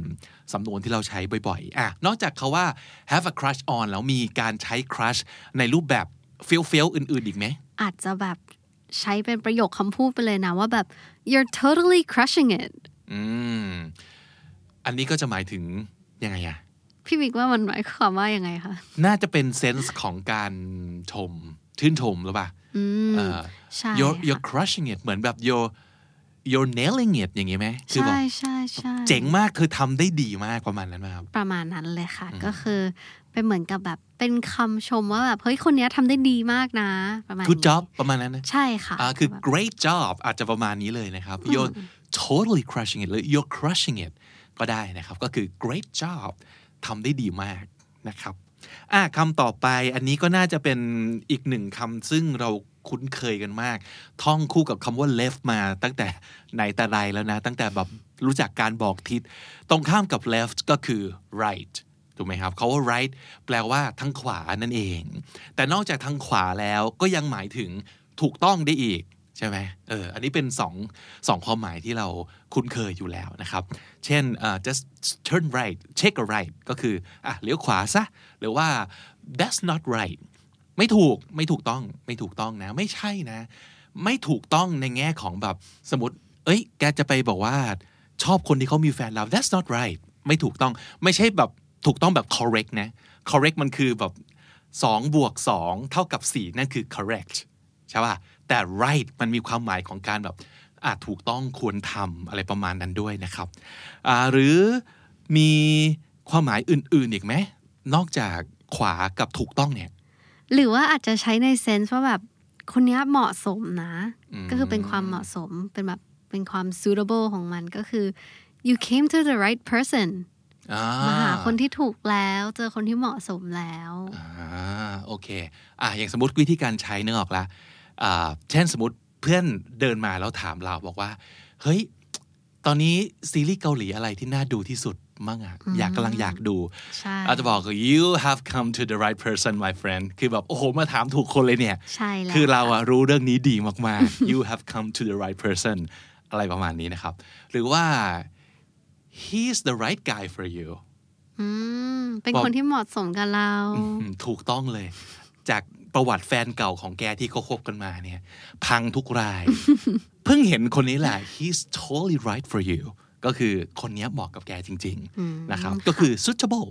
[SPEAKER 1] สำนวนที่เราใช้บ่อย ๆ อ่ะ นอกจากคาว่า have a crush on แล้วมีการใช้ crush ในรูปแบบเฟี้ยวเฟลอื่น ๆ อีกไหม
[SPEAKER 4] อาจจะแบบใช้เป็นประโยคคำพูดไปเลยนะว่าแบบ you're totally crushing it
[SPEAKER 1] อืม อันนี้ก็จะหมายถึง ยังไงอะ
[SPEAKER 4] พี่บิ๊กว่ามันหมายความว่ายังไงคะ
[SPEAKER 1] น่าจะเป็นเซนส์ของการชม ชื่นชมหรือเปล่าเออ
[SPEAKER 4] ใช่ค่ะ
[SPEAKER 1] you're you're crushing it เหมือนแบบ you're you're nailing it อย่างงี้ไหมคือแบ
[SPEAKER 4] ใช่
[SPEAKER 1] บ
[SPEAKER 4] ใช่ใช่
[SPEAKER 1] เจ๋งมากคือทำได้ดีมากประมาณนั้นไหมครับ
[SPEAKER 4] ประมาณนั้นเลยค่ะ ก็คือเป็นเหมือนกับแบบเป็นคำชมว่าแบบเฮ้ยคนเนี้ยทำได้ดีมากนะ ประมาณนี้
[SPEAKER 1] good job ประมาณนั้นนะ
[SPEAKER 4] ใช่ค่ะ
[SPEAKER 1] อ่าคือ
[SPEAKER 4] แบบ
[SPEAKER 1] great job อาจจะประมาณนี้เลยนะครับ you're totally crushing it หรือ you're crushing it ก็ได้นะครับ ก็คือ great job ทำได้ดีมากนะครับอ่ะคำต่อไปอันนี้ก็น่าจะเป็นอีกหนึ่งคำซึ่งเราคุ้นเคยกันมาก ท่องคู่กับคำว่า left มาตั้งแต่ไหนแต่ไรแล้วนะ ตั้งแต่แบบรู้จักการบอกทิศตรงข้ามกับ left ก็คือ right ถูกไหมครับเขาว่า right แปลว่าทางขวานั่นเอง แต่นอกจากทางขวาแล้วก็ยังหมายถึงถูกต้องได้อีก ใช่ไหมเออ อันนี้เป็นสองสองความหมายที่เราคุ้นเคยอยู่แล้วนะครับ เช่นเอ่อ just turn right check a right ก็คือ อ่ะ เลี้ยวขวาซะ หรือว่า that's not right ไม่ถูก ไม่ถูกต้อง ไม่ถูกต้องนะ ไม่ใช่นะ ไม่ถูกต้องในแง่ของแบบ สมมติ เอ้ย แกจะไปบอกว่า ชอบคนที่เขามีแฟนแล้ว that's not right ไม่ถูกต้อง ไม่ใช่แบบถูกต้องแบบ correct นะ correct มันคือแบบ 2 บวก 2 เท่ากับ 4 นั่นคือ correct ใช่ป่ะ แต่ right มันมีความหมายของการแบบอาจถูกต้องควรทำอะไรประมาณนั้นด้วยนะครับอ่าหรือมีความหมายอื่น ๆ อีกไหม นอกจากขวากับถูกต้องเนี่ย
[SPEAKER 4] หรือว่าอาจจะใช้ในเซนส์ว่าแบบคนเนี้ยเหมาะสมนะ ก็คือเป็นความเหมาะสมเป็นแบบเป็นความ suitable ของมันก็คือ you came to the right person
[SPEAKER 1] อ่
[SPEAKER 4] มาหาคนที่ถูกแล้ว เจอคนที่เหมาะสมแล้ว
[SPEAKER 1] อ่าโอเคอ่ะอย่างสมมติวิธีการใช้นึกออกละอ่าเช่นสมมติเพื่อนเดินมาแล้วถามเราบอกว่า เฮ้ย ตอนนี้ซีรีส์เกาหลีอะไรที่น่าดูที่สุดมั่งอะอยากกำลังอยากดู
[SPEAKER 4] ใช่
[SPEAKER 1] อาจจะบอก you have come to the right person my friend คือแบบโอ้โห มาถามถูกคนเลยเนี่ย
[SPEAKER 4] ใช่แล้ว
[SPEAKER 1] คือเราอะรู้เรื่องนี้ดีมากๆ *laughs* you have come to the right person อะไรประมาณนี้นะครับ หรือว่า he's the right guy for you
[SPEAKER 4] อืมเป็น
[SPEAKER 1] บอก
[SPEAKER 4] คนที่เหมาะสมกับเรา
[SPEAKER 1] อืมถูกต้องเลย จากประวัติแฟนเก่าของแกที่เขาคบกันมาเนี่ย พังทุกราย *laughs* เพิ่งเห็นคนนี้แหละ he's totally right for you ก็คือคนเนี้ยเหมาะกับแกจริง ๆ นะครับ ก็คือ suitable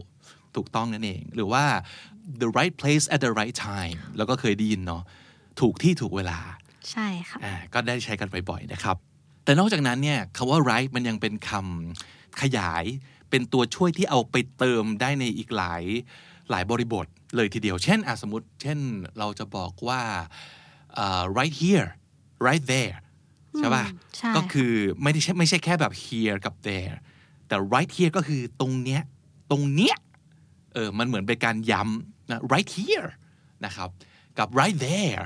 [SPEAKER 1] ถูกต้องนั่นเอง หรือว่า the right place at the right time แล้วก็เคยได้ยินเนาะถูกที่ถูกเวลา
[SPEAKER 4] ใช่ค่ะ
[SPEAKER 1] อ่าก็ได้ใช้กันบ่อยๆนะครับ แต่นอกจากนั้นเนี่ยคำว่า right มันยังเป็นคำขยาย เป็นตัวช่วยที่เอาไปเติมได้ในอีกหลายหลายบริบทเลยทีเดียว เช่นอ่ะสมมติ เช่นเราจะบอกว่าเอ่อ right here right there ใช่ป่ะ
[SPEAKER 4] อืมใช่
[SPEAKER 1] ก็คือไม่ได้ใช่ไม่ใช่แค่แบบ here กับ there แต่ right here ก็คือตรงเนี้ย ตรงเนี้ย เออ มันเหมือนเป็นการย้ำนะ right here นะครับ กับ right there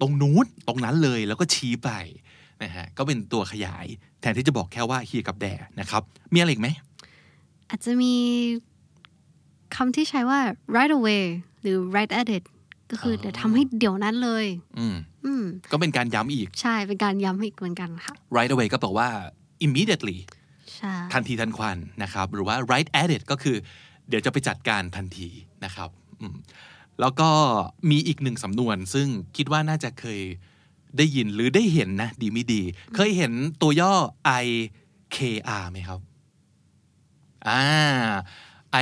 [SPEAKER 1] ตรงนู้น ตรงนั้นเลย แล้วก็ชี้ไปนะฮะ ก็เป็นตัวขยาย แทนที่จะบอกแค่ว่า here กับ there นะครับ มีอะไรอีกไหม
[SPEAKER 4] อาจจะมีคำที่ใช้ว่า right away หรือ right at it ก็คืออเดี๋ยวทำให้เดี๋ยวนั้นเลย
[SPEAKER 1] อืม
[SPEAKER 4] อืม
[SPEAKER 1] ก็เป็นการย้ำอีก
[SPEAKER 4] ใช่ เป็นการย้ำอีกเหมือนกันค่ะ
[SPEAKER 1] right away ก็แปลว่า immediately
[SPEAKER 4] ใช่
[SPEAKER 1] ทันทีทันควันนะครับ หรือว่า right at it ก็คือ เดี๋ยวจะไปจัดการทันทีนะครับอืมแล้วก็มีอีกหนึ่งสำนวน ซึ่งคิดว่าน่าจะเคยได้ยินหรือได้เห็นนะ ดีไม่ดี เคยเห็นตัวย่อ IKR ไหมครับ อ่า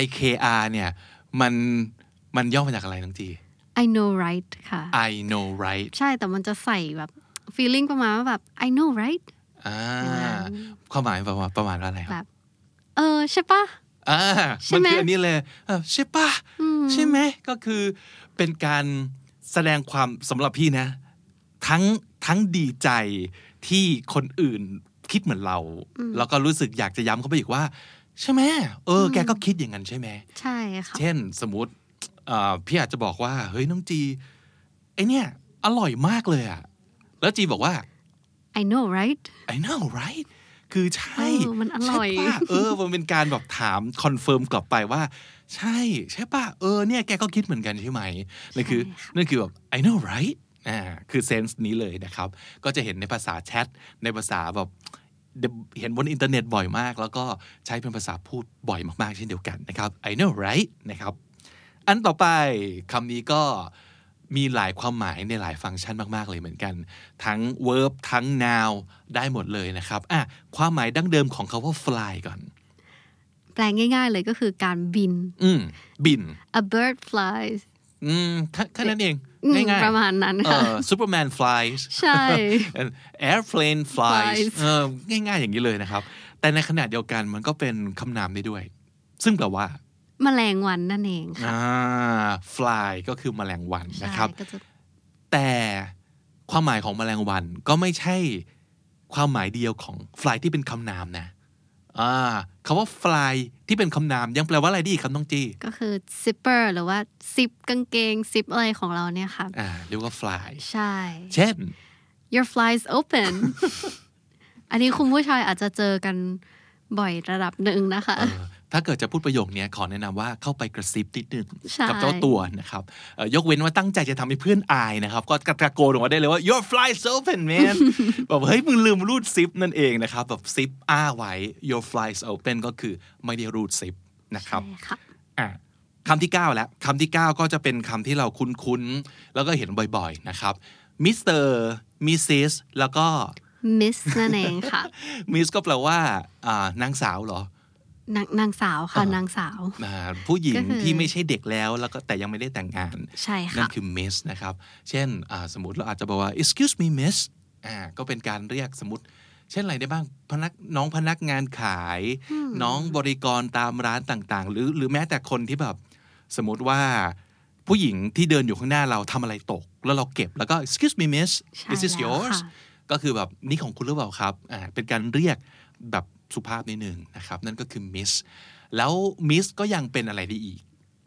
[SPEAKER 1] IKR เนี่ยมันมันย่อมาจากอะไรน้องจี
[SPEAKER 4] I know right ค่ะ
[SPEAKER 1] I know right
[SPEAKER 4] ใช่แต่มันจะใส่แบบ feeling ประมาณว่าแบบ I know right
[SPEAKER 1] อ่าความหมายประมาณประมาณว่าอะไรครับ
[SPEAKER 4] แบบ เออ ใช่ปะ
[SPEAKER 1] อ่า
[SPEAKER 4] ใช่
[SPEAKER 1] มัน
[SPEAKER 4] ไหม
[SPEAKER 1] คืออันนี้เลยเออใช่ปะ
[SPEAKER 4] อืม
[SPEAKER 1] ใช่ไหมก็คือเป็นการแสดงความสำหรับพี่นะ ทั้งทั้งดีใจที่คนอื่นคิดเหมือนเรา แล้วก็รู้สึกอยากจะย้ำเขาไปอีกว่า ใช่ไหมเอออแกก็คิดอย่างนั้นใช่ไหม
[SPEAKER 4] ใช่ค่ะ
[SPEAKER 1] เช่นสมมติเอ่อพี่อาจจะบอกว่า เฮ้ยน้องจีไอเนี่ย อร่อยมากเลยอะแล้วจีบอกว่า
[SPEAKER 4] I know right
[SPEAKER 1] I know right คือใช่
[SPEAKER 4] เออมันอร่อย
[SPEAKER 1] ใช่ป่ะเออ มันเป็นการแบบถามคอนเฟิร์มกลับไปว่า ใช่ ใช่ป่ะ เออ เนี่ย แกก็คิดเหมือนกันใช่ไหมนั่นคือ นั่นคือแบบ I know right อ่า คือเซนส์นี้เลยนะครับ ก็จะเห็นในภาษาแชท ในภาษาแบบ เห็นบนอินเทอร์เน็ตบ่อยมาก แล้วก็ใช้เป็นภาษาพูดบ่อยมาก ๆ เช่นเดียวกันนะครับ I know right นะครับ อันต่อไปคำนี้ก็มีหลายความหมายในหลายฟังก์ชันมาก ๆ เลยเหมือนกัน ทั้ง verb ทั้ง noun ได้หมดเลยนะครับอ่ะความหมายดั้งเดิมของคาว่า fly ก่อน
[SPEAKER 4] แปลง่ายๆเลยก็คือการบิน
[SPEAKER 1] อืม บิน
[SPEAKER 4] a bird flies
[SPEAKER 1] อืมแค่แค่นั้นเอง
[SPEAKER 4] อืม
[SPEAKER 1] ง่ายๆ
[SPEAKER 4] ประมาณนั้น
[SPEAKER 1] เอ
[SPEAKER 4] ค่ะ
[SPEAKER 1] อ Superman flies
[SPEAKER 4] ใช่
[SPEAKER 1] And airplane flies
[SPEAKER 4] Flies
[SPEAKER 1] เออง่าย ๆ อย่างนี้เลยนะครับ แต่ในขณะเดียวกันมันก็เป็นคำนามได้ด้วย ซึ่งแปลว่า
[SPEAKER 4] แมลงวันนั่นเองค่ะ
[SPEAKER 1] อ่า fly ก็คือแมลงวันนะครับ
[SPEAKER 4] ใช่ก็จะ
[SPEAKER 1] แต่ความหมายของแมลงวันก็ไม่ใช่ความหมายเดียวของฟลายที่เป็นคำนามนะอ่าคำว่าฟลายที่เป็นคำนามยังแปลว่าอะไรไดอีกคำต้องจี้
[SPEAKER 4] ก็คือ zipper หรือว่าซิปกางเกงซิปอะไรของเราเนี่ยค่ะ
[SPEAKER 1] อ่าเรียกว่าฟลาย
[SPEAKER 4] ใช่
[SPEAKER 1] เช่น
[SPEAKER 4] your flies open อันนี้คุณผู้ชายอาจจะเจอกันบ่อยระดับหนึ่งนะคะ
[SPEAKER 1] เออถ้าเกิดจะพูดประโยคเนี้ยขอแนะนำว่าเข้าไปกระซิบนิดนึง
[SPEAKER 4] ใช่
[SPEAKER 1] กับเจ้าตัวนะครับเอ่อยกเว้นว่าตั้งใจจะทำให้เพื่อนอายนะครับ ก็กระตะโกนออกมาได้เลยว่า your fly is open
[SPEAKER 4] *laughs*
[SPEAKER 1] man แบบเฮ้ยมึงลืมรูดซิปนั่นเองนะครับ แบบซิปอ้าไว้ your fly is open ก็คือไม่ได้รูดซิปนะครับ
[SPEAKER 4] ใช่ค่ะ
[SPEAKER 1] อ่ะคำที่ 9 แล้วคำที่ 9 ก็จะเป็นคำที่เราคุ้นๆ แล้วก็เห็นบ่อยๆนะครับมิสเตอร์มิสซิสแล้วก็
[SPEAKER 4] มิสนั่นเองค่ะ
[SPEAKER 1] มิสก็แปลว่าอ่านางสาวเหรอ
[SPEAKER 4] นางนางสาวค่ะ นางสาว *laughs*
[SPEAKER 1] อ่าผู้หญิง
[SPEAKER 4] ก็คือ
[SPEAKER 1] ที่ไม่ใช่เด็กแล้วแล้วก็แต่ยังไม่ได้แต่งงาน
[SPEAKER 4] ใช่
[SPEAKER 1] นั่
[SPEAKER 4] ค่ะ
[SPEAKER 1] นคือ miss นะครับ เช่นอ่าสมมติเราอาจจะบอกว่า excuse me miss อ่าก็เป็นการเรียกสมมติ เช่นอะไรได้บ้างพนักน้องพนักงานขาย น้องบริกรตามร้านต่างๆ หรือหรือแม้แต่คนที่แบบ สมมติว่าผู้หญิงที่เดินอยู่ข้างหน้าเราทำอะไรตก แล้วเราเก็บแล้วก็ excuse me miss
[SPEAKER 4] ใช่
[SPEAKER 1] this is
[SPEAKER 4] แล้ว
[SPEAKER 1] yours
[SPEAKER 4] ค่ะ
[SPEAKER 1] ก็คือแบบนี่ของคุณหรือเปล่าครับอ่าเป็นการเรียกแบบสุภาพนิดนึงนะครับ นั่นก็คือ miss แล้ว miss ก็ยังเป็นอะไรได้อีก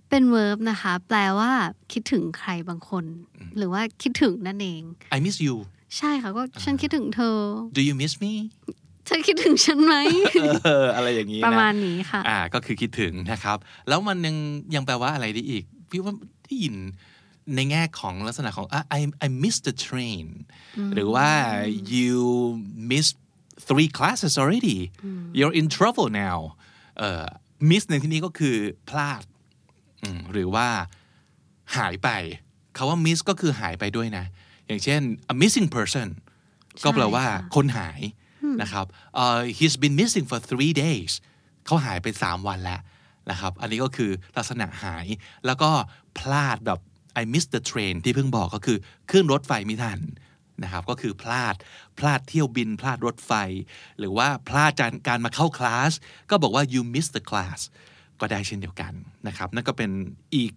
[SPEAKER 4] เป็น verb นะคะ แปลว่าคิดถึงใครบางคน หรือว่าคิดถึงนั่นเอง
[SPEAKER 1] I miss you
[SPEAKER 4] ใช่ค่ะก็ฉันคิดถึงเธอ
[SPEAKER 1] do you miss me
[SPEAKER 4] เธอคิดถึงฉันไหม
[SPEAKER 1] เออ
[SPEAKER 4] *laughs*
[SPEAKER 1] อะไรอย่างนี้น
[SPEAKER 4] ประมาณนี้ค่ะ
[SPEAKER 1] อ่าก็คือคิดถึงนะครับ แล้วมันยังยังแปลว่าอะไรได้อีก พี่ว่าได้ยินในแง่ของลักษณะของอ่ะ I I miss the train หรือว่า you miss three classes already you're in trouble now เอ่อ miss ในที่นี้ก็คือพลาดอืมหรือว่าหายไปคาว่า miss ก็คือหายไปด้วยนะ อย่างเช่น a missing person ก็แปลว่า คนหายนะครับเอ่อ he's been missing for three days เขาหายไป 3 วันแล้วนะครับ อันนี้ก็คือลักษณะหาย แล้วก็พลาดแบบ I missed the train ที่เพิ่งบอกก็คือขึ้นรถไฟไม่ทันนะครับ ก็คือพลาด พลาดเที่ยวบิน พลาดรถไฟ หรือว่าพลาดการการมาเข้าคลาส ก็บอกว่า you missed the class ก็ได้เช่นเดียวกันนะครับ นั่นก็เป็นอีก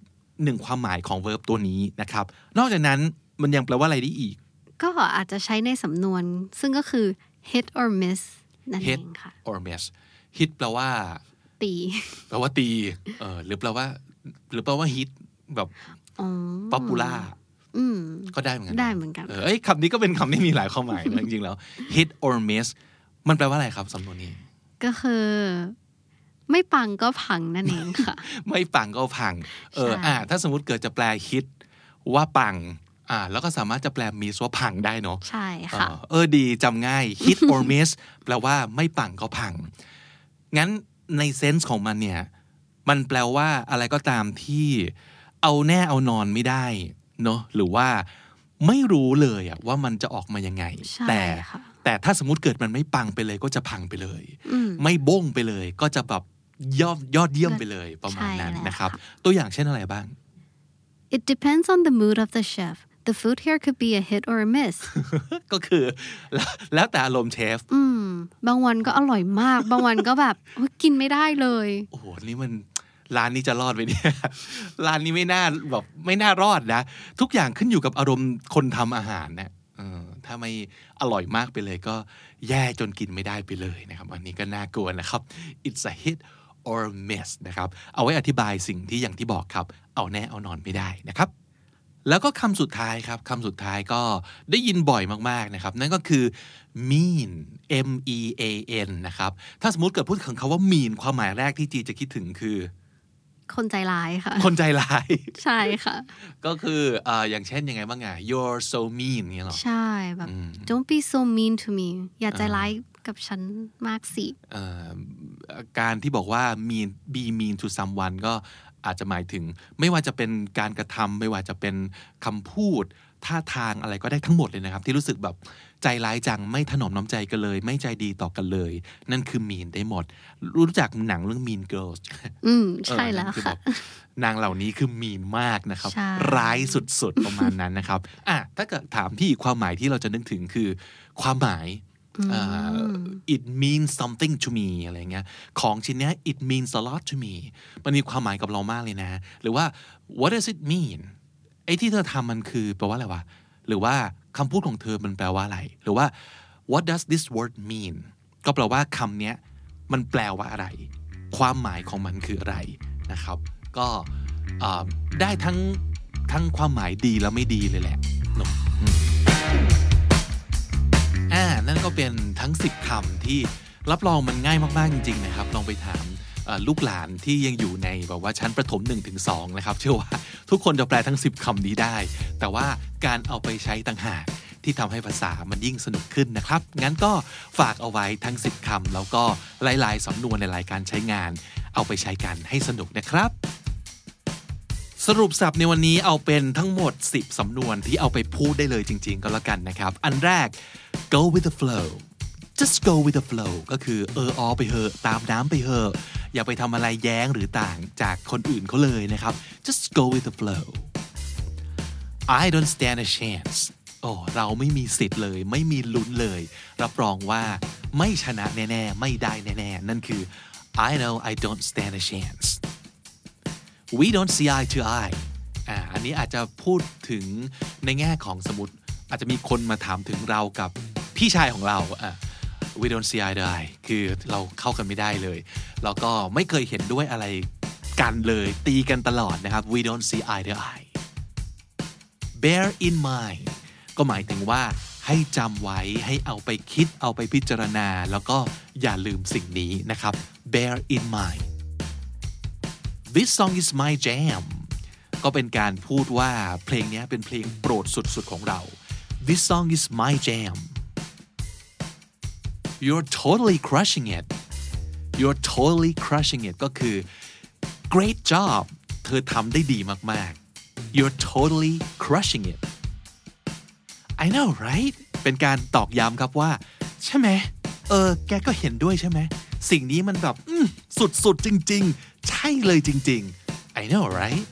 [SPEAKER 1] หนึ่งความหมายของ verb ตัวนี้นะครับ นอกจากนั้นมันยังแปลว่าอะไรได้อีก
[SPEAKER 4] ก็อาจจะใช้ในสำนวน ซึ่งก็คือ hit or miss นั่นเอ
[SPEAKER 1] hit
[SPEAKER 4] งค่ะ
[SPEAKER 1] or miss hit แปลว่า
[SPEAKER 4] ตี
[SPEAKER 1] แปลว่าตี เออหรือแปลว่า หรือแปลว่าฮิตแบบ
[SPEAKER 4] อ๋อ
[SPEAKER 1] ป๊อปปูล่า
[SPEAKER 4] อืม
[SPEAKER 1] ก็ได้เหมือนกั
[SPEAKER 4] ได้เหมือนกัน
[SPEAKER 1] เเอ้ยคำนี้ก็เป็นคำที่มีหลาย *laughs* ความหมายนะจริงๆแล้ว hit or miss มันแปลว่าอะไรครับสำนวนนี้
[SPEAKER 4] ก็คือ ไม่ปังก็พังนั่นเอง
[SPEAKER 1] *laughs*
[SPEAKER 4] ค่ะ
[SPEAKER 1] ไม่ปังก็พัง เออ
[SPEAKER 4] ใช่
[SPEAKER 1] อ่าถ้าสมมติเกิดจะแปล hit ว่าปัง อ่า แล้วก็สามารถจะแปล miss ว่าพังได้เนาะ
[SPEAKER 4] ใช่ค่ะ
[SPEAKER 1] เออเออดีจำง่าย hit or miss *laughs* แปลว่าไม่ปังก็พัง งั้นในเซนส์ของมันเนี่ย มันแปลว่าอะไรก็ตามที่เอาแน่เอานอนไม่ได้เนาะหรือว่าไม่รู้เลยอะว่ามันจะออกมายังไง
[SPEAKER 4] ใช่
[SPEAKER 1] แต่
[SPEAKER 4] ค่ะ
[SPEAKER 1] แต่ถ้าสมมติเกิดมันไม่ปังไปเลยก็จะพังไปเลย
[SPEAKER 4] อืม
[SPEAKER 1] ไม่บ้งไปเลย ก็จะแบบยอดยอดเยี่ยมไปเลยประมาณนั้น
[SPEAKER 4] ใช่แล้ว
[SPEAKER 1] นะครับ ตัวอย่างเช่นอะไรบ้าง
[SPEAKER 4] It depends on the mood of the chef the food here could be a hit or a
[SPEAKER 1] *laughs*
[SPEAKER 4] miss
[SPEAKER 1] ก็คือแล้วแล้วแต่อารมณ์เชฟ
[SPEAKER 4] อืม บางวันก็อร่อยมาก บางวันก็
[SPEAKER 1] *laughs*
[SPEAKER 4] แบบโอ๊ยกินไม่ได้เลย
[SPEAKER 1] โอ้โห นี่มันร้านนี้จะรอดไหมเนี่ย *laughs* ร้านนี้ไม่น่าแบบไม่น่ารอดนะ ทุกอย่างขึ้นอยู่กับอารมณ์คนทำอาหารนะเออถ้าไม่อร่อยมากไปเลยก็แย่จนกินไม่ได้ไปเลยนะครับ อันนี้ก็น่ากลัวนะครับ it's a hit or a miss นะครับ เอาไว้อธิบายสิ่งที่อย่างที่บอกครับ เอาแน่เอานอนไม่ได้นะครับ แล้วก็คำสุดท้ายครับคำสุดท้ายก็ได้ยินบ่อยมากๆนะครับ นั่นก็คือ mean m e a n นะครับ ถ้าสมมติเกิดพูดถึงคำว่า mean ความหมายแรกที่จีจะคิดถึงคือ
[SPEAKER 4] คนใจร้ายค่ะ
[SPEAKER 1] คนใจร้าย *laughs*
[SPEAKER 4] ใช่ค่ะ
[SPEAKER 1] ก็คือเอ่ออย่างเช่นยังไงบ้างอะ you're so mean เนี่ยหรอ
[SPEAKER 4] ใช่แบบ
[SPEAKER 1] อืม
[SPEAKER 4] don't be so mean to me อย่าใจร้ายกับฉันมากสิ
[SPEAKER 1] เอ่อการที่บอกว่า mean be mean to someone ก็อาจจะหมายถึง ไม่ว่าจะเป็นการกระทำไม่ว่าจะเป็นคำพูด ท่าทางอะไรก็ได้ทั้งหมดเลยนะครับ ที่รู้สึกแบบใจร้ายจังไม่ถนอมน้ำใจกันเลย ไม่ใจดีต่อกันเลย นั่นคือ mean ได้หมด รู้จักหนังเรื่อง mean girls
[SPEAKER 4] อืม ใช่แล้ว
[SPEAKER 1] เออนั่นคือบ
[SPEAKER 4] ค่ะ
[SPEAKER 1] บนางเหล่านี้คือมีนมากนะครับ
[SPEAKER 4] ใช่
[SPEAKER 1] ร้ายสุดๆ ประมาณนั้นนะครับอ่ะถ้าเกิดถามพี่ความหมายที่เราจะนึกถึงคือ ความหมายเอ่อ it means something to me อะไรเงี้ยของชิ้นเนี้ย it means a lot to me มันมีความหมายกับเรามากเลยนะ หรือว่า what does it mean ไอ้ที่เธอทำมันคือแปลว่าอะไรวะ หรือว่าคำพูดของเธอมันแปลว่าอะไร หรือว่า what does this word mean ก็แปลว่าคำเนี้ย มันแปลว่าอะไร ความหมายของมันคืออะไรนะครับ ก็เอ่อได้ทั้งทั้งความหมายดีและไม่ดีเลยแหละเนอะอืมอ่า นั่นก็เป็นทั้ง 10คำที่รับรองมันง่ายมาก ๆ จริง ๆ นะครับ ลองไปถามเอ่อลูกหลานที่ยังอยู่ในแบบว่าชั้นประถม1ถึง2นะครับ เชื่อว่าทุกคนจะแปลทั้ง 10คำนี้ได้ แต่ว่าการเอาไปใช้ต่างหาก ที่ทำให้ภาษามันยิ่งสนุกขึ้นนะครับ งั้นก็ฝากเอาไว้ทั้ง 10คำแล้วก็หลายๆสำนวนในรายการใช้งาน เอาไปใช้กันให้สนุกนะครับ สรุปสับในวันนี้เอาเป็นทั้งหมด 10 สำนวนที่เอาไปพูดได้เลยจริง ๆ ก็แล้วกันนะครับ อันแรก go with the flow just go with the flow ก็คือเออออไปเหอะ ตามน้ำไปเหอะ อย่าไปทำอะไรแย้งหรือต่างจากคนอื่นเขาเลยนะครับ just go with the flow I don't stand a chance โอ้เราไม่มีสิทธิ์เลย ไม่มีลุ้นเลย รับรองว่าไม่ชนะแน่ ๆ ไม่ได้แน่ ๆ นั่นคือ I know I don't stand a chance we don't see eye to eye อ่า อันนี้อาจจะพูดถึงในแง่ของสมมติอาจจะมีคนมาถามถึงเรากับพี่ชายของเราอ่ะ we don't see eye to eye คือเราเข้ากันไม่ได้เลย แล้วก็ไม่เคยเห็นด้วยอะไรกันเลยตีกันตลอดนะครับ we don't see eye to eye bear in mind ก็หมายถึงว่าให้จำไว้ให้เอาไปคิดเอาไปพิจารณา แล้วก็อย่าลืมสิ่งนี้นะครับ bear in mind this song is my jam ก็เป็นการพูดว่าเพลงเนี้ยเป็นเพลงโปรดสุดๆของเรา this song is my jam you're totally crushing it you're totally crushing it ก็คือ great job เธอทำได้ดีมากๆ you're totally crushing it I know right เป็นการตอกย้ำครับว่า ใช่ไหม เออ แกก็เห็นด้วยใช่ไหม สิ่งนี้มันแบบ อืมสุดๆ จริง ๆ ใช่เลยจริง ๆ I know right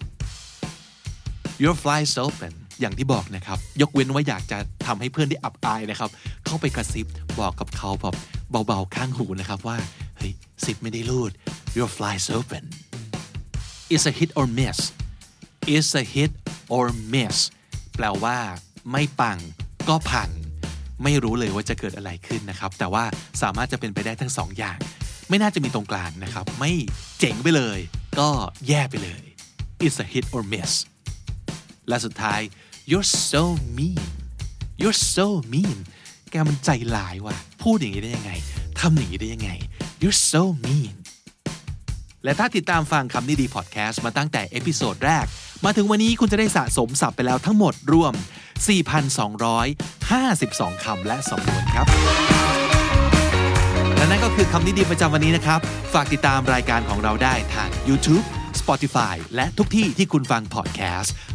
[SPEAKER 1] Your flies open อย่างที่บอกนะครับ ยกเว้นว่าอยากจะทำให้เพื่อนได้อับอายนะครับ เข้าไปกระซิบบอกกับเขาแบบเบาๆ ข้างหูนะครับว่า เฮ้ยสิบไม่ได้รูด Your flies open is a hit or miss is a hit or miss แปลว่า ไม่ปัง ก็พัง ไม่รู้เลยว่าจะเกิดอะไรขึ้นนะครับ แต่ว่าสามารถจะเป็นไปได้ทั้งสองอย่าง ไม่น่าจะมีตรงกลางนะครับ ไม่เจ๋งไปเลย ก็แย่ไปเลย is a hit or miss และสุดท้าย you're so mean you're so mean แกมันใจหลายว่ะ พูดอย่างนี้ได้ยังไง ทำอย่างนี้ได้ยังไง you're so mean และถ้าติดตามฟังคำนี้ดีพอดแคสต์มาตั้งแต่เอพิโซดแรก มาถึงวันนี้คุณจะได้สะสมศัพท์ไปแล้วทั้งหมดรวม 4,252 คำและสำนวนครับ และนั่นก็คือคำนี้ดีประจำวันนี้นะครับ ฝากติดตามรายการของเราได้ทาง YouTube Spotify และทุกที่ที่คุณฟังพอดแคสต์